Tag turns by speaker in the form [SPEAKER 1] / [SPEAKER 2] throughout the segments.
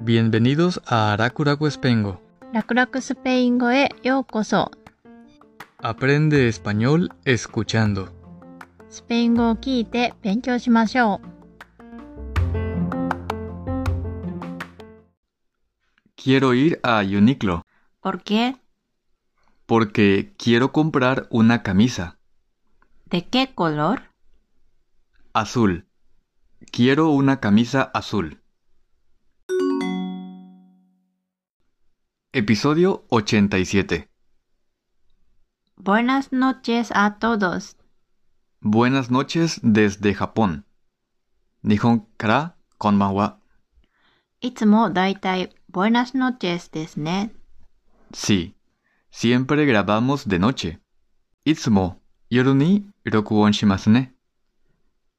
[SPEAKER 1] Bienvenidos a Arakuraku Spengo.
[SPEAKER 2] ラクラクスペイン語へようこそ。
[SPEAKER 1] Aprende español escuchando.
[SPEAKER 2] スペイン語を聞いて勉強しましょう。
[SPEAKER 1] Quiero ir a Uniqlo
[SPEAKER 3] ¿Por qué?
[SPEAKER 1] porque quiero comprar una camisa
[SPEAKER 3] ¿De qué color?
[SPEAKER 1] azul. Quiero una camisa azul. Episodio 87.
[SPEAKER 3] Buenas noches a todos.
[SPEAKER 1] Buenas noches desde Japón. Nihon kara konbanwa.
[SPEAKER 3] いつもだいたい Buenas noches ですね。
[SPEAKER 1] Sí, siempre grabamos de noche. Itsumo yoru ni rokuon shimasu ne.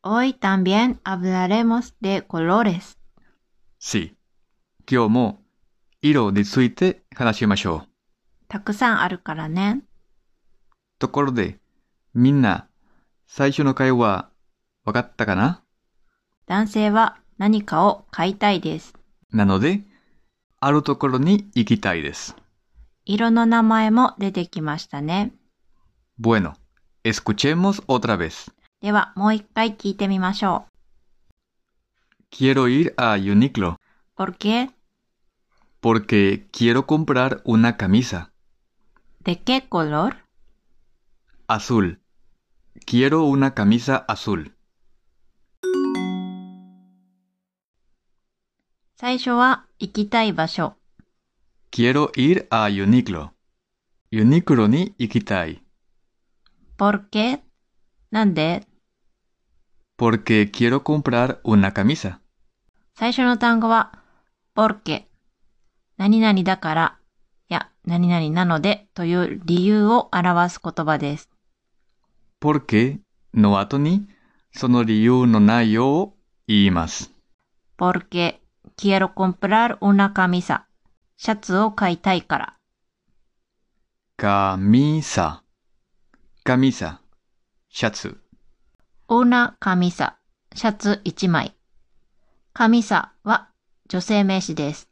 [SPEAKER 3] Hoy también hablaremos de colores.
[SPEAKER 1] Sí. Kyou mo iro ni tsuite hanashimashou.
[SPEAKER 3] たくさんあるからね。
[SPEAKER 1] ところで、みんな、最初の会話、わかったかな
[SPEAKER 3] 男性は何かを買いたいです。
[SPEAKER 1] なので、あるところに行きたいです。
[SPEAKER 3] 色の名前も出てきましたね。
[SPEAKER 1] Bueno, escuchemos otra vez.
[SPEAKER 3] ではもう一回聞いてみましょ
[SPEAKER 1] Quiero ir a Uniqlo
[SPEAKER 3] う。¿Por qué?
[SPEAKER 1] porque quiero comprar una camisa
[SPEAKER 3] ¿De qué color?
[SPEAKER 1] azul. Quiero una camisa azul.
[SPEAKER 3] 最初は行きたい場所。
[SPEAKER 1] Quiero ir a Uniqlo. Uniqlo に行きたい
[SPEAKER 3] ¿Por qué? なんで
[SPEAKER 1] porque quiero comprar una camisa.
[SPEAKER 3] 最初の単語は、porque。何々だから、いや、何々なのでという理由を表す言葉です。
[SPEAKER 1] porque の後にその理由の内容を言います。
[SPEAKER 3] porque quiero comprar una camisa。シャツを買いたいから。
[SPEAKER 1] カミサ。カミサ。シャツ。
[SPEAKER 3] una camisa。シャツ1枚。camisa は女性名詞です。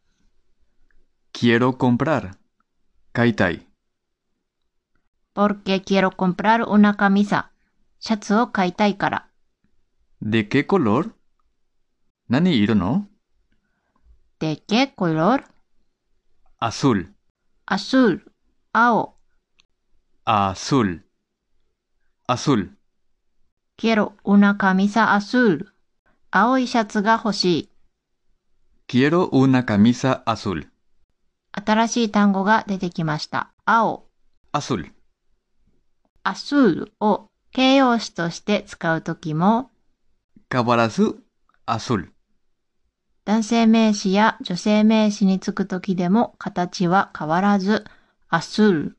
[SPEAKER 1] quiero comprar。買いたい。
[SPEAKER 3] porque quiero comprar una camisa。シャツを買いたいから。
[SPEAKER 1] de qué color? 何色の
[SPEAKER 3] de qué color?
[SPEAKER 1] azul。
[SPEAKER 3] azul。青。
[SPEAKER 1] azul。azul。
[SPEAKER 3] Quiero una camisa azul. 青いシャツが欲しい。
[SPEAKER 1] quiero una camisa azul。
[SPEAKER 3] 新しい単語が出てきました。青、
[SPEAKER 1] azul。
[SPEAKER 3] azul を形容詞として使うときも、
[SPEAKER 1] 変わらず、azul。
[SPEAKER 3] 男性名詞や女性名詞につくときでも形は変わらず、azul。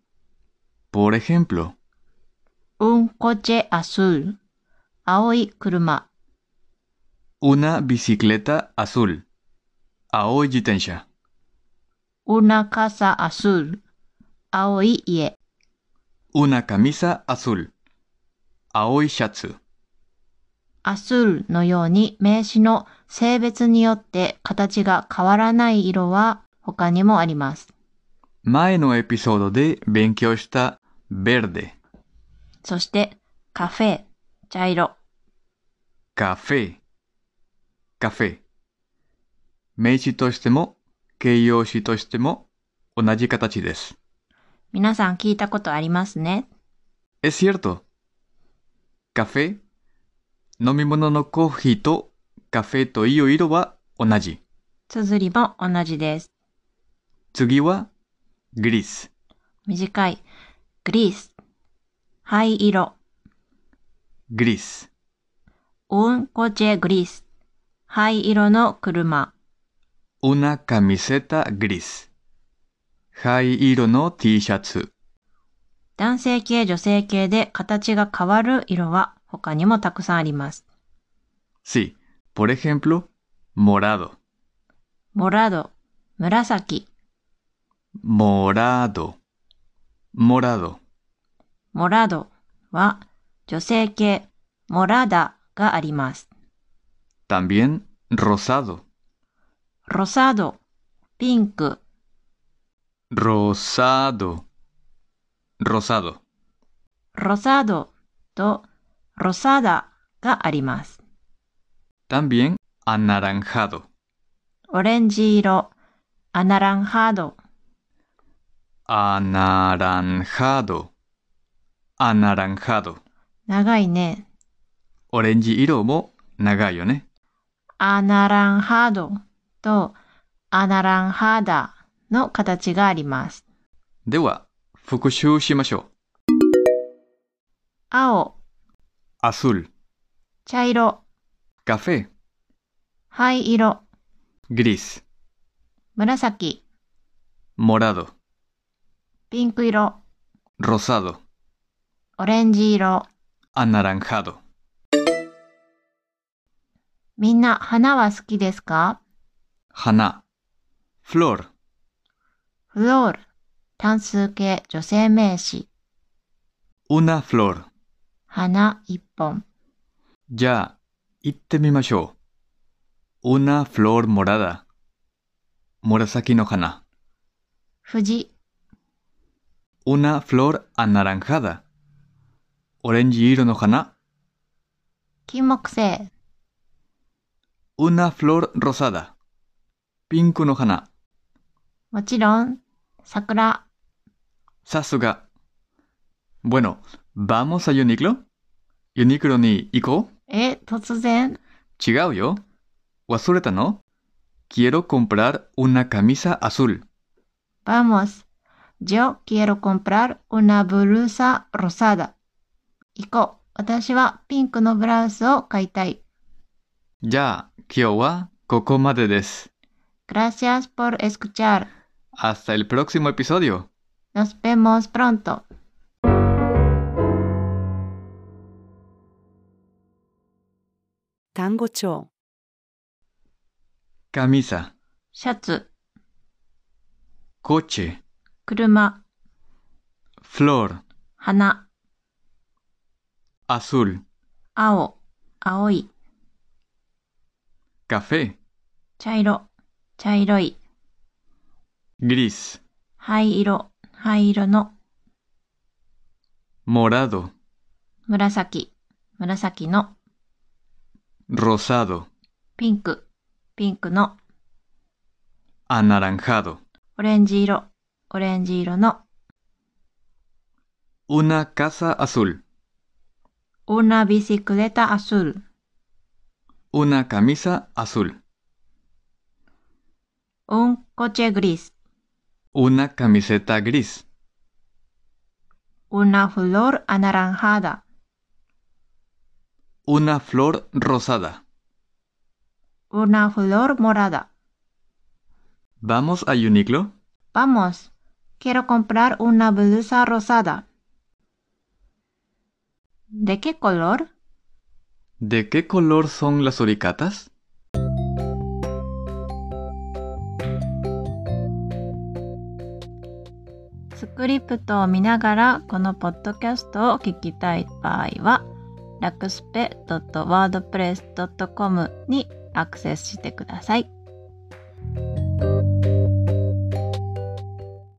[SPEAKER 1] por ejemplo、
[SPEAKER 3] un coche azul。青い車。
[SPEAKER 1] una bicicleta azul。青い自転車。
[SPEAKER 3] una casa azul。青い家。
[SPEAKER 1] una camisa azul. Aoi shatsu.
[SPEAKER 3] azul のように名詞の性別によって形が変わらない色は他にもあります。
[SPEAKER 1] Mae no episodio de Benkyou shita verde.
[SPEAKER 3] そして、カフェ、茶色。
[SPEAKER 1] Café. Café. 名詞としても形容詞としても同じ形です。
[SPEAKER 3] 皆さん聞いたことありますね。
[SPEAKER 1] Es cierto. Café. 飲み物のコーヒーとカフェという色は同じ。
[SPEAKER 3] 綴りも同じです。
[SPEAKER 1] 次はグリス。
[SPEAKER 3] 短い。グリース。灰色。
[SPEAKER 1] グリス。
[SPEAKER 3] un coche gris。灰色の車。
[SPEAKER 1] Una camiseta gris. 灰色の T シャツ。
[SPEAKER 3] 男性系、女性系で形が変わる色は他にもたくさんあります。
[SPEAKER 1] Sí, por ejemplo, morado.
[SPEAKER 3] モラド、紫、
[SPEAKER 1] Morado. Morado.
[SPEAKER 3] モラドは女性系、 morada があります。
[SPEAKER 1] También rosado.
[SPEAKER 3] rosado ピンク、
[SPEAKER 1] Rosado. Rosado.
[SPEAKER 3] rosado と rosada があります。
[SPEAKER 1] También anaranjado.
[SPEAKER 3] オレンジ色、アナランハード、
[SPEAKER 1] Anaranjado. Anaranjado.
[SPEAKER 3] 長いね。
[SPEAKER 1] Orange iro mo nagayo ne.
[SPEAKER 3] アナランハードとアナランハーダの形があります。
[SPEAKER 1] では、復習しましょう。
[SPEAKER 3] 青、
[SPEAKER 1] azul,
[SPEAKER 3] 茶色、
[SPEAKER 1] café,
[SPEAKER 3] 灰色、
[SPEAKER 1] gris,
[SPEAKER 3] 紫、
[SPEAKER 1] morado,
[SPEAKER 3] ピンク色、
[SPEAKER 1] rosado,
[SPEAKER 3] オレンジ色。
[SPEAKER 1] anaranjado.
[SPEAKER 3] みんな花は好きですか
[SPEAKER 1] Hana, flor,
[SPEAKER 3] フロール、単数形女性名詞、
[SPEAKER 1] una flor.
[SPEAKER 3] 花一本。
[SPEAKER 1] Ya, ittemimashou. Una flor morada. Murasaki no hana.
[SPEAKER 3] 藤、
[SPEAKER 1] Una flor anaranjada. Orange iro no hana.
[SPEAKER 3] 金木犀、
[SPEAKER 1] Una flor rosada. Pinku no hana.
[SPEAKER 3] もちろん、桜、
[SPEAKER 1] Sasuga. Bueno, ¿vamos a Uniqlo? ¿Uniqlo ni iko?
[SPEAKER 3] え、突然
[SPEAKER 1] Chigao yo. ¿Wasureta no? Quiero comprar una camisa azul.
[SPEAKER 3] Vamos. Yo quiero comprar una blusa rosada. 行こう。私はピンクのブラウスを買いたい。
[SPEAKER 1] Ya, kyo wa koko made desu.
[SPEAKER 3] Gracias por escuchar.
[SPEAKER 1] Hasta el próximo episodio.
[SPEAKER 3] Nos vemos pronto.
[SPEAKER 4] 単語帳
[SPEAKER 1] Camisa,
[SPEAKER 3] シャツ、
[SPEAKER 1] coche,
[SPEAKER 3] 車、
[SPEAKER 1] flor,
[SPEAKER 3] 花、
[SPEAKER 1] azul,
[SPEAKER 3] 青、青い、
[SPEAKER 1] café,
[SPEAKER 3] 茶色、茶色い、
[SPEAKER 1] gris,
[SPEAKER 3] 灰色、灰色の、
[SPEAKER 1] morado,
[SPEAKER 3] 紫、紫の、
[SPEAKER 1] rosado,
[SPEAKER 3] ピンク、ピンクの、
[SPEAKER 1] anaranjado.
[SPEAKER 3] オレンジ色、オレンジ色の、
[SPEAKER 1] Una casa azul,
[SPEAKER 3] una bicicleta azul。
[SPEAKER 1] una camisa azul,
[SPEAKER 3] Un coche gris,
[SPEAKER 1] una camiseta gris,
[SPEAKER 3] una flor anaranjada,
[SPEAKER 1] una flor rosada.
[SPEAKER 3] una flor morada.
[SPEAKER 1] ¿Vamos a Uniqlo?
[SPEAKER 3] Vamos, quiero comprar una blusa rosada. ¿De qué color?
[SPEAKER 1] ¿De qué color son las oricatas?
[SPEAKER 3] スクリプトを見ながらこのポッドキャストを聞きたい場合は、ラクスペ .wordpress.com にアクセスしてください。